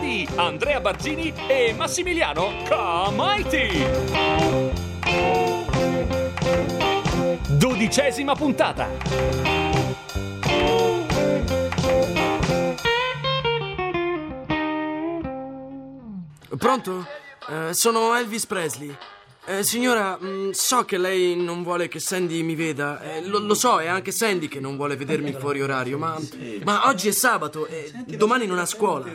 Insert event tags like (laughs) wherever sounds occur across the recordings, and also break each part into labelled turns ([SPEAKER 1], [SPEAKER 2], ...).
[SPEAKER 1] di Andrea Bargini e Massimiliano Comaiti. Dodicesima puntata.
[SPEAKER 2] Pronto? Eh, sono Elvis Presley. Eh, signora, mh, so che lei non vuole che Sandy mi veda. Eh, lo, lo so, è anche Sandy che non vuole vedermi fuori orario, ma, ma oggi è sabato e domani non ha scuola.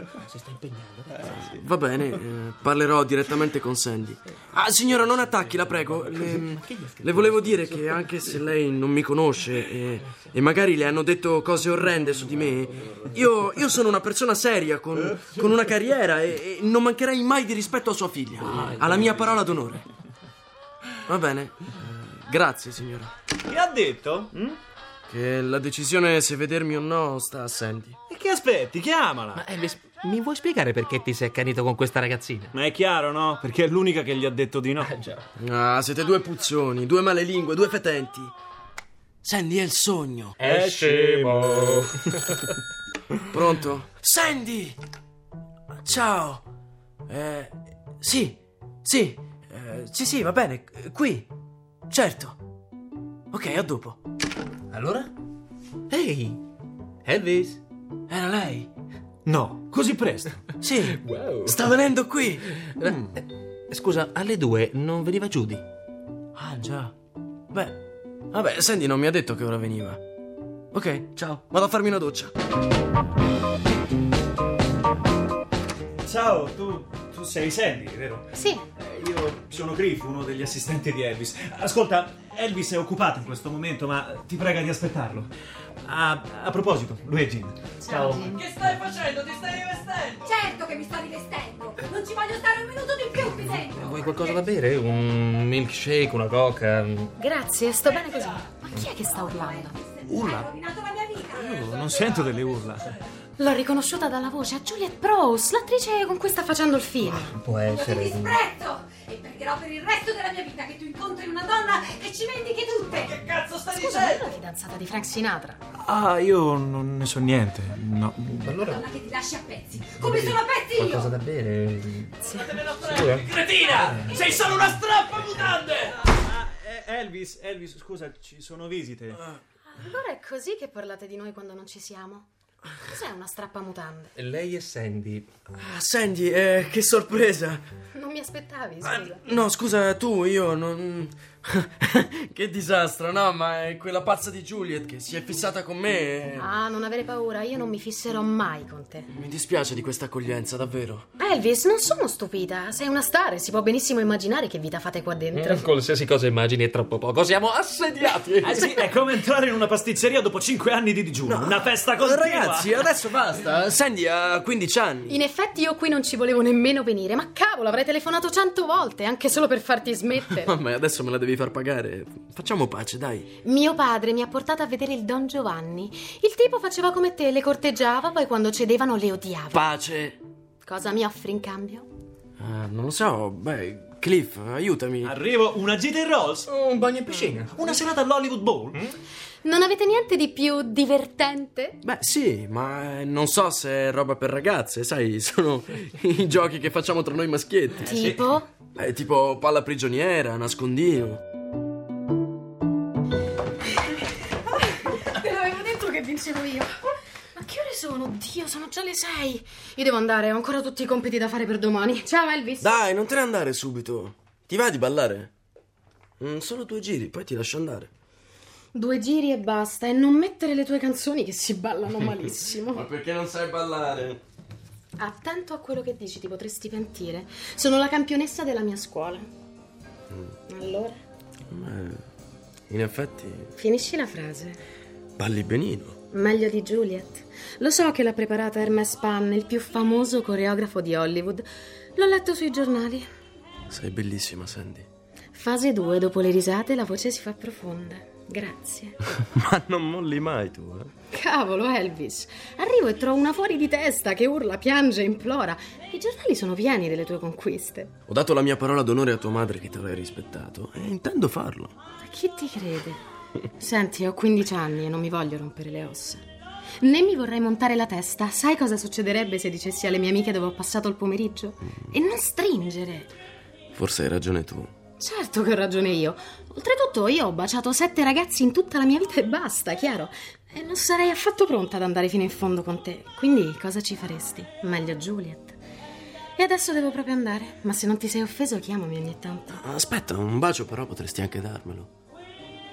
[SPEAKER 2] Va bene, eh, parlerò direttamente con Sandy. Ah, signora, non attacchi, la prego. Le, le volevo dire che anche se lei non mi conosce e, e magari le hanno detto cose orrende su di me, io, io sono una persona seria, con, con una carriera e, e non mancherei mai di rispetto a sua figlia. Alla mia parola d'onore. Va bene, grazie, signora.
[SPEAKER 3] Che ha detto? Mm?
[SPEAKER 2] Che la decisione se vedermi o no sta a Sandy.
[SPEAKER 3] E che aspetti? Chiamala!
[SPEAKER 4] Eh,
[SPEAKER 5] Ma Elvis, mi vuoi spiegare perché ti sei accanito con questa ragazzina?
[SPEAKER 3] Ma è chiaro, no? Perché è l'unica che gli ha detto di no.
[SPEAKER 5] Eh già.
[SPEAKER 2] Ah, siete due puzzoni, due male lingue, due fetenti. Sandy è il sogno.
[SPEAKER 6] È scemo.
[SPEAKER 2] (laughs) Pronto? Sandy! Ciao. Eh, sì, sì, eh, sì, sì, va bene, qui. Certo. Ok, a dopo.
[SPEAKER 5] Allora? Ehi! Elvis!
[SPEAKER 2] Era lei?
[SPEAKER 3] No, così presto.
[SPEAKER 2] Sì. Sta venendo qui.
[SPEAKER 6] Mm.
[SPEAKER 5] Eh, Scusa, alle due non veniva Judy?
[SPEAKER 2] Ah, già. Beh, vabbè, Sandy non mi ha detto che ora veniva. Ok, ciao. Vado a farmi una doccia.
[SPEAKER 7] Ciao, tu, tu sei Sandy, vero?
[SPEAKER 8] Sì,
[SPEAKER 7] Eh, Io sono Griff, uno degli assistenti di Elvis. Ascolta, Elvis è occupato in questo momento, ma ti prega di aspettarlo. A, a proposito, Luigi.
[SPEAKER 8] ciao. Jim.
[SPEAKER 4] Che stai facendo? Ti stai rivestendo?
[SPEAKER 9] Certo che mi sto rivestendo! Non ci voglio stare un minuto di più qui dentro!
[SPEAKER 5] Vuoi qualcosa da bere? Un milkshake, una coca?
[SPEAKER 8] Grazie, sto bene così. Ma chi è che sta urlando?
[SPEAKER 9] Urla! Hai rovinato la mia vita!
[SPEAKER 3] Io non sento delle urla.
[SPEAKER 8] L'ho riconosciuta dalla voce a Juliette Prowse, l'attrice con cui sta facendo il film.
[SPEAKER 5] Può
[SPEAKER 9] Ti
[SPEAKER 5] essere.
[SPEAKER 9] disprezzo! E pregherò per il resto della mia vita che tu incontri una donna che ci vendichi tutte!
[SPEAKER 4] Che cazzo stai
[SPEAKER 8] Scusa, non è
[SPEAKER 4] dicendo?
[SPEAKER 8] la fidanzata di Frank Sinatra.
[SPEAKER 3] Ah, io non ne so niente. No.
[SPEAKER 9] Una
[SPEAKER 5] Allora,
[SPEAKER 9] donna che ti lascia a pezzi! Come sono a pezzi
[SPEAKER 5] qualcosa
[SPEAKER 9] io!
[SPEAKER 5] da bere?
[SPEAKER 4] Fatevene a
[SPEAKER 5] Sicura?
[SPEAKER 4] fare. Cretina! Sei solo una strappa mutande!
[SPEAKER 7] eh, Elvis, Elvis, scusa, ci sono visite.
[SPEAKER 8] Allora è così che parlate di noi quando non ci siamo? Cos'è una strappa mutande?
[SPEAKER 5] Lei e Sandy.
[SPEAKER 2] Ah, Sandy, eh, che sorpresa.
[SPEAKER 8] Non mi aspettavi, scusa.
[SPEAKER 2] No, scusa, tu, io non... (laughs) che disastro, no? Ma è quella pazza di Juliet che si è fissata con me. e-
[SPEAKER 8] Ah, non avere paura, io non mi fisserò mai con te.
[SPEAKER 2] Mi dispiace di questa accoglienza, davvero.
[SPEAKER 8] Elvis, non sono stupida. Sei una star e si può benissimo immaginare che vita fate qua dentro.
[SPEAKER 5] Qualsiasi cosa immagini è troppo poco. Siamo assediati!
[SPEAKER 7] Eh sì, è come entrare in una pasticceria dopo 5 anni di digiuno. Una festa continua.
[SPEAKER 2] Ragazzi, eh. adesso basta. Sandy ha 15 anni.
[SPEAKER 8] In effetti io qui non ci volevo nemmeno venire, ma cavolo, avrei telefonato cento volte, anche solo per farti smettere.
[SPEAKER 2] Mamma, adesso me la devi far pagare. Facciamo pace, dai.
[SPEAKER 8] Mio padre mi ha portato a vedere il Don Giovanni. Il tipo faceva come te, le corteggiava, poi quando cedevano le odiava.
[SPEAKER 2] Pace.
[SPEAKER 8] Cosa mi offri in cambio?
[SPEAKER 2] Ah, non lo so, beh, Cliff, aiutami.
[SPEAKER 7] Arrivo, una gita in Rolls. Mm?
[SPEAKER 5] Un bagno in piscina.
[SPEAKER 7] Una serata all'Hollywood Bowl.
[SPEAKER 8] Non avete niente di più divertente?
[SPEAKER 2] Beh, sì, ma eh, non so se è roba per ragazze, sai, (laughs) sono i giochi che facciamo tra noi maschietti.
[SPEAKER 8] Tipo?
[SPEAKER 2] Eh, tipo palla prigioniera, nascondino.
[SPEAKER 8] (laughs) Te l'avevo detto che vincevo io. Ma che ore sono? Oddio, sono già le sei. Io devo andare, ho ancora tutti i compiti da fare per domani. Ciao Elvis.
[SPEAKER 2] Dai, non te ne andare subito. Ti va di ballare? Mm, solo due giri, poi ti lascio andare.
[SPEAKER 8] Due giri e basta, e non mettere le tue canzoni che si (laughs) ballano malissimo.
[SPEAKER 2] perché non sai ballare?
[SPEAKER 8] Attento a quello che dici, ti potresti pentire. Sono la campionessa della mia scuola. Allora,
[SPEAKER 2] In effetti,
[SPEAKER 8] finisci la frase.
[SPEAKER 2] balli benino.
[SPEAKER 8] Meglio di Juliet. Lo so che l'ha preparata Hermes Pan, il più famoso coreografo di Hollywood. L'ho letto sui giornali.
[SPEAKER 2] Sei bellissima, Sandy.
[SPEAKER 8] Fase 2, dopo le risate la voce si fa profonda. Grazie.
[SPEAKER 2] (laughs) ma non molli mai tu, eh?
[SPEAKER 8] Cavolo, Elvis. Arrivo e trovo una fuori di testa che urla, piange, implora. I giornali sono pieni delle tue conquiste.
[SPEAKER 2] Ho dato la mia parola d'onore a tua madre che ti avrei rispettato e intendo farlo.
[SPEAKER 8] Ma chi ti crede? Senti, ho 15 anni e non mi voglio rompere le ossa. Né mi vorrei montare la testa. Sai cosa succederebbe se dicessi alle mie amiche dove ho passato il pomeriggio? E non stringere.
[SPEAKER 2] Forse hai ragione tu.
[SPEAKER 8] Certo che ho ragione io. Oltretutto io ho baciato sette ragazzi in tutta la mia vita e basta, chiaro. E non sarei affatto pronta ad andare fino in fondo con te. Quindi cosa ci faresti? Meglio Juliet. E adesso devo proprio andare, ma se non ti sei offeso chiamami ogni tanto.
[SPEAKER 2] Ah, Aspetta, un bacio però potresti anche darmelo.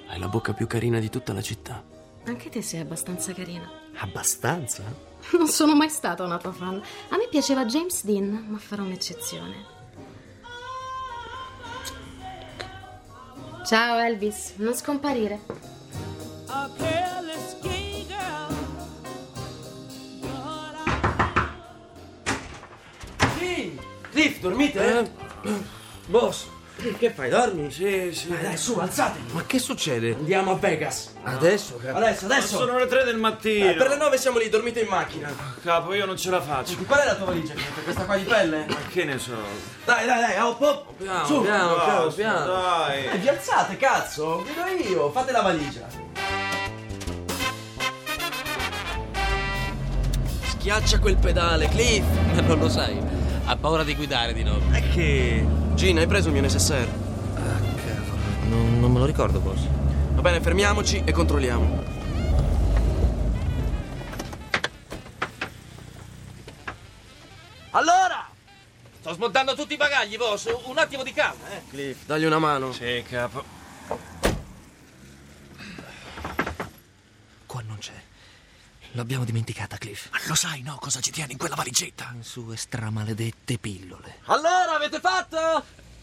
[SPEAKER 2] Hai la bocca più carina di tutta la città.
[SPEAKER 8] Anche te sei abbastanza carina.
[SPEAKER 2] Abbastanza?
[SPEAKER 8] (laughs) Non sono mai stata una tua fan. A me piaceva James Dean, ma farò un'eccezione. Ciao Elvis, non scomparire.
[SPEAKER 6] Cliff, dormite?
[SPEAKER 2] Eh?
[SPEAKER 6] Boss, che fai? Dormi?
[SPEAKER 2] Sì, sì.
[SPEAKER 6] Dai, dai, su, alzatevi.
[SPEAKER 2] Ma che succede?
[SPEAKER 6] Andiamo a Vegas.
[SPEAKER 2] Adesso, capo.
[SPEAKER 6] Adesso, adesso.
[SPEAKER 3] Sono le tre del mattino.
[SPEAKER 6] Eh, per le nove siamo lì, dormite in macchina.
[SPEAKER 3] Ah, Capo, io non ce la faccio.
[SPEAKER 6] Qual è la tua valigia? Cliff? Questa qua di pelle?
[SPEAKER 3] Ma che ne so.
[SPEAKER 6] Dai, dai, dai, hop, hop.
[SPEAKER 2] Piano,
[SPEAKER 6] su.
[SPEAKER 2] piano, piano,
[SPEAKER 3] Basta,
[SPEAKER 2] piano.
[SPEAKER 3] Dai.
[SPEAKER 6] Eh, vi alzate, cazzo. Vedo io. Fate la valigia.
[SPEAKER 2] Schiaccia quel pedale, Cliff. Eh, Non lo sai. Ha paura di guidare di nuovo.
[SPEAKER 6] Eh,
[SPEAKER 7] È che.
[SPEAKER 2] Gina, hai preso il mio necessaire?
[SPEAKER 6] Ah, Non, non me lo ricordo, boss.
[SPEAKER 2] Va bene, fermiamoci e controlliamo.
[SPEAKER 4] Allora! Sto smontando tutti i bagagli, boss. Un attimo di calma, eh.
[SPEAKER 2] Cliff, dagli una mano.
[SPEAKER 3] Sì, capo.
[SPEAKER 4] Qua non c'è. L'abbiamo dimenticata, Cliff. Ma lo sai, no, cosa ci tiene in quella valigetta? Le sue stramaledette pillole. Allora, avete fatto?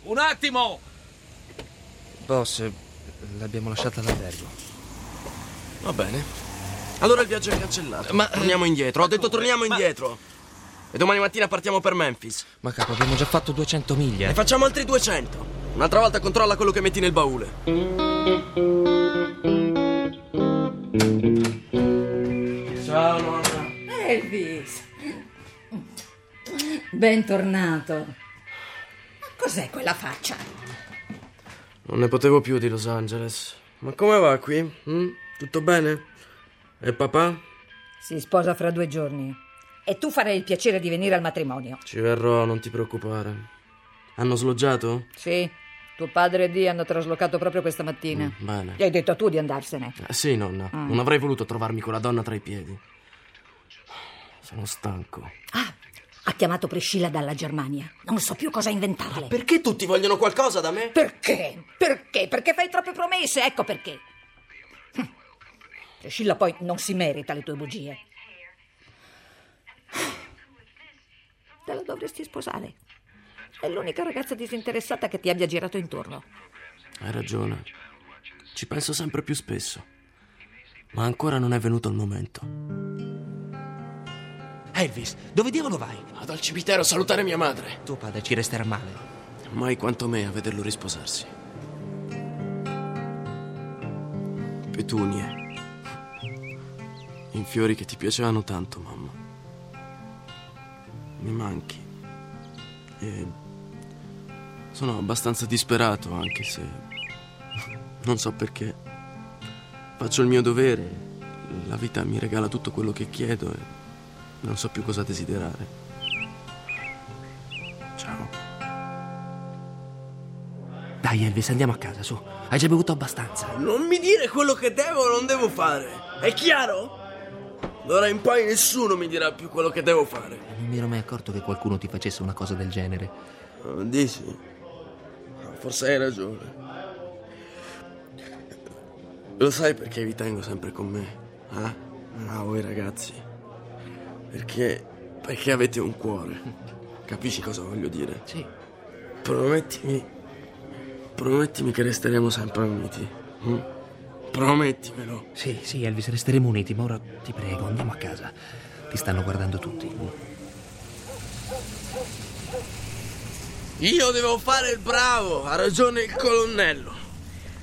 [SPEAKER 4] Un attimo! Boss, l'abbiamo lasciata all'albergo.
[SPEAKER 2] Va bene. Allora il viaggio è cancellato. Ma torniamo indietro. Ho detto torniamo indietro. E domani mattina partiamo per Memphis.
[SPEAKER 4] Ma capo, abbiamo già fatto 200 miglia.
[SPEAKER 2] E facciamo altri 200. Un'altra volta controlla quello che metti nel baule. Ciao nonna.
[SPEAKER 10] Elvis! Bentornato. Cos'è quella faccia?
[SPEAKER 2] Non ne potevo più di Los Angeles. Ma come va qui? mm? Tutto bene? E papà?
[SPEAKER 10] Si sposa fra due giorni. E tu farai il piacere di venire al matrimonio.
[SPEAKER 2] Ci verrò, non ti preoccupare. Hanno sloggiato?
[SPEAKER 10] Sì, tuo padre e Dì hanno traslocato proprio questa mattina.
[SPEAKER 2] Bene.
[SPEAKER 10] Gli hai detto tu di andarsene.
[SPEAKER 2] Eh, sì, nonna. Non avrei voluto trovarmi con la donna tra i piedi. Sono stanco.
[SPEAKER 10] Ah, ha chiamato Priscilla dalla Germania. Non so più cosa inventarle.
[SPEAKER 2] Perché tutti vogliono qualcosa da me?
[SPEAKER 10] Perché? Perché? Perché fai troppe promesse, ecco perché. Hm. Priscilla poi non si merita le tue bugie. Te la dovresti sposare. È l'unica ragazza disinteressata che ti abbia girato intorno.
[SPEAKER 2] Hai ragione. Ci penso sempre più spesso. Ma ancora non è venuto il momento.
[SPEAKER 4] Elvis, dove diavolo vai?
[SPEAKER 2] Vado al cimitero a salutare mia madre.
[SPEAKER 4] Tuo padre ci resterà male.
[SPEAKER 2] Mai quanto me a vederlo risposarsi. Petunie. In fiori che ti piacevano tanto, mamma. Mi manchi. E sono abbastanza disperato, anche se (laughs) non so perché. Faccio il mio dovere. La vita mi regala tutto quello che chiedo e non so più cosa desiderare. Ciao.
[SPEAKER 4] Dai, Elvis, andiamo a casa, su. Hai già bevuto abbastanza.
[SPEAKER 6] Non mi dire quello che devo o non devo fare. È chiaro?
[SPEAKER 2] D'ora in poi nessuno mi dirà più quello che devo fare.
[SPEAKER 4] Non mi ero mai accorto che qualcuno ti facesse una cosa del genere.
[SPEAKER 2] Dici? Ah, Forse hai ragione. Lo sai perché vi tengo sempre con me? Ah, ah voi ragazzi. Perché. perché avete un cuore. Capisci cosa voglio dire?
[SPEAKER 4] Sì.
[SPEAKER 2] Promettimi. Promettimi che resteremo sempre uniti. mm? Promettimelo.
[SPEAKER 4] Sì, sì, Elvis, resteremo uniti, ma ora ti prego, andiamo a casa. Ti stanno guardando tutti.
[SPEAKER 2] Io devo fare il bravo, ha ragione il colonnello.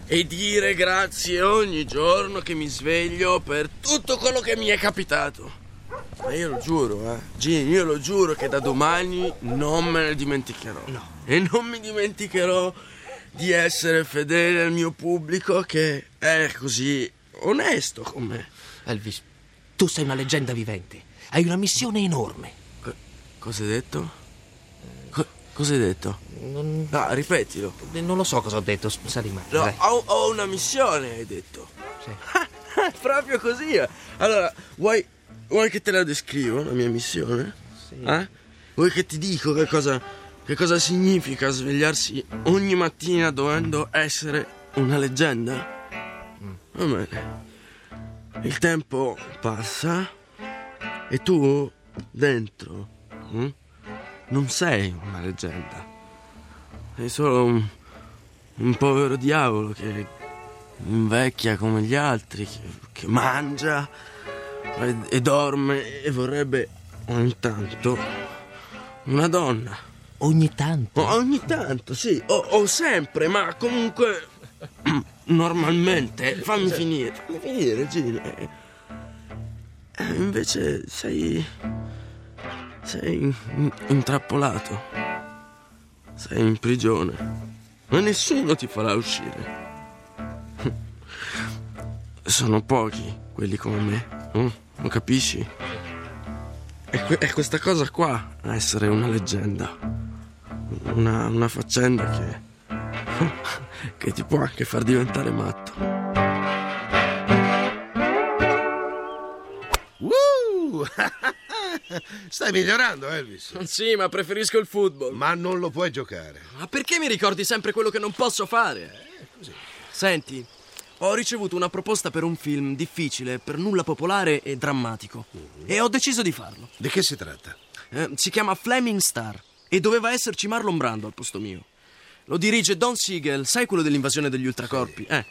[SPEAKER 2] E dire grazie ogni giorno che mi sveglio per tutto quello che mi è capitato. Ma io lo giuro, eh. Gini, io lo giuro che da domani non me ne dimenticherò. E non mi dimenticherò di essere fedele al mio pubblico che è così onesto con me.
[SPEAKER 4] Elvis, Tu sei una leggenda vivente. Hai una missione enorme.
[SPEAKER 2] Cosa hai detto? Co- cosa hai detto?
[SPEAKER 4] Non...
[SPEAKER 2] Ah, ripetilo.
[SPEAKER 4] Eh, Non lo so cosa ho detto, s- sali ma.
[SPEAKER 2] No,
[SPEAKER 4] dai.
[SPEAKER 2] ho, ho una missione, hai detto. (laughs) Proprio così. eh. Allora, vuoi, vuoi che te la descrivo, la mia missione? Sì. Eh? Vuoi che ti dico che cosa, che cosa significa svegliarsi ogni mattina dovendo essere una leggenda? Va bene. Il tempo passa e tu dentro mm, non sei una leggenda. Sei solo un, un povero diavolo che invecchia come gli altri, che, che mangia e, e dorme e vorrebbe ogni tanto una donna.
[SPEAKER 4] Ogni tanto?
[SPEAKER 2] ogni tanto, sì, o, o sempre, ma comunque (clears throat) normalmente. Fammi finire, fammi finire, Gino. Eh, eh, Invece sei... sei in- intrappolato. Sei in prigione. Ma nessuno ti farà uscire. (laughs) Sono pochi quelli come me, no? lo capisci? È, que- è questa cosa qua a essere una leggenda. Una, una faccenda che. che (laughs) ti può anche far diventare matto.
[SPEAKER 11] Uh! Stai migliorando, Elvis.
[SPEAKER 2] Sì, ma preferisco il football.
[SPEAKER 11] Ma non lo puoi giocare.
[SPEAKER 2] Ma perché mi ricordi sempre quello che non posso fare? Eh, Senti, ho ricevuto una proposta per un film difficile, per nulla popolare e drammatico. E ho deciso di farlo.
[SPEAKER 11] Di che si tratta?
[SPEAKER 2] Eh, si chiama Flaming Star e doveva esserci Marlon Brando al posto mio. Lo dirige Don Siegel, sai quello dell'invasione degli ultracorpi? Eh.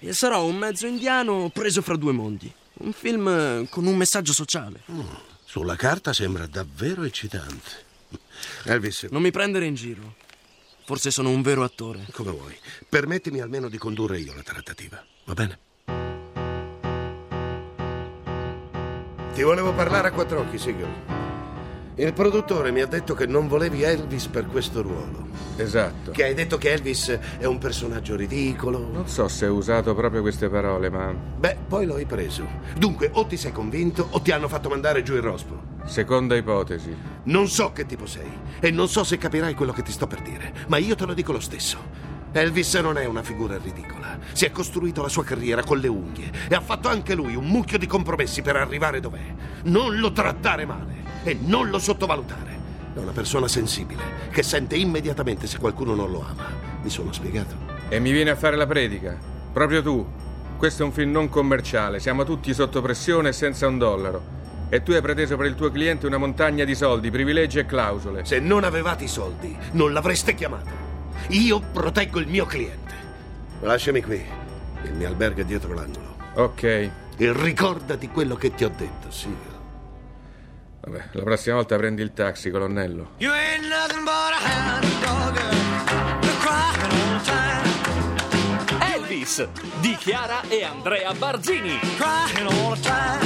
[SPEAKER 2] E sarò un mezzo indiano preso fra due mondi. Un film eh, con un messaggio sociale.
[SPEAKER 11] Sulla carta sembra davvero eccitante. Elvis.
[SPEAKER 2] Non mi prendere in giro. Forse sono un vero attore.
[SPEAKER 11] Come vuoi. Permettimi almeno di condurre io la trattativa. Va bene? Ti volevo parlare a quattro occhi, Sigel. Il produttore mi ha detto che non volevi Elvis per questo ruolo.
[SPEAKER 12] Esatto.
[SPEAKER 11] Che hai detto che Elvis è un personaggio ridicolo.
[SPEAKER 12] Non so se ho usato proprio queste parole, ma.
[SPEAKER 11] Beh, poi lo hai preso. Dunque, o ti sei convinto o ti hanno fatto mandare giù il rospo.
[SPEAKER 12] Seconda ipotesi.
[SPEAKER 11] Non so che tipo sei e non so se capirai quello che ti sto per dire, ma io te lo dico lo stesso. Elvis non è una figura ridicola. Si è costruito la sua carriera con le unghie e ha fatto anche lui un mucchio di compromessi per arrivare dov'è. Non lo trattare male e non lo sottovalutare. È una persona sensibile che sente immediatamente se qualcuno non lo ama. Mi sono spiegato.
[SPEAKER 12] E mi viene a fare la predica. Proprio tu. Questo è un film non commerciale, siamo tutti sotto pressione e senza un dollaro. E tu hai preteso per il tuo cliente una montagna di soldi, privilegi e clausole.
[SPEAKER 11] Se non avevate i soldi, non l'avreste chiamato. Io proteggo il mio cliente. Lasciami qui. Il mio albergo è dietro l'angolo.
[SPEAKER 12] Ok.
[SPEAKER 11] E ricordati quello che ti ho detto, Sigel.
[SPEAKER 12] Vabbè, la prossima volta prendi il taxi, colonnello.
[SPEAKER 6] You ain't nothing but a hound dog. You're crying all the time.
[SPEAKER 1] Elvis di Chiara e Andrea Barzini.
[SPEAKER 6] Crying all the time.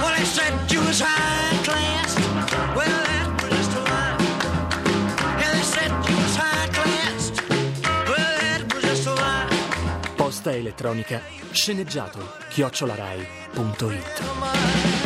[SPEAKER 6] Well, they said you was high class. Well, that was just a lie. Yeah, they said you was high class. Well, that was just a lie.
[SPEAKER 13] Posta elettronica sceneggiato chiocciolarai.it
[SPEAKER 6] Friend of mine.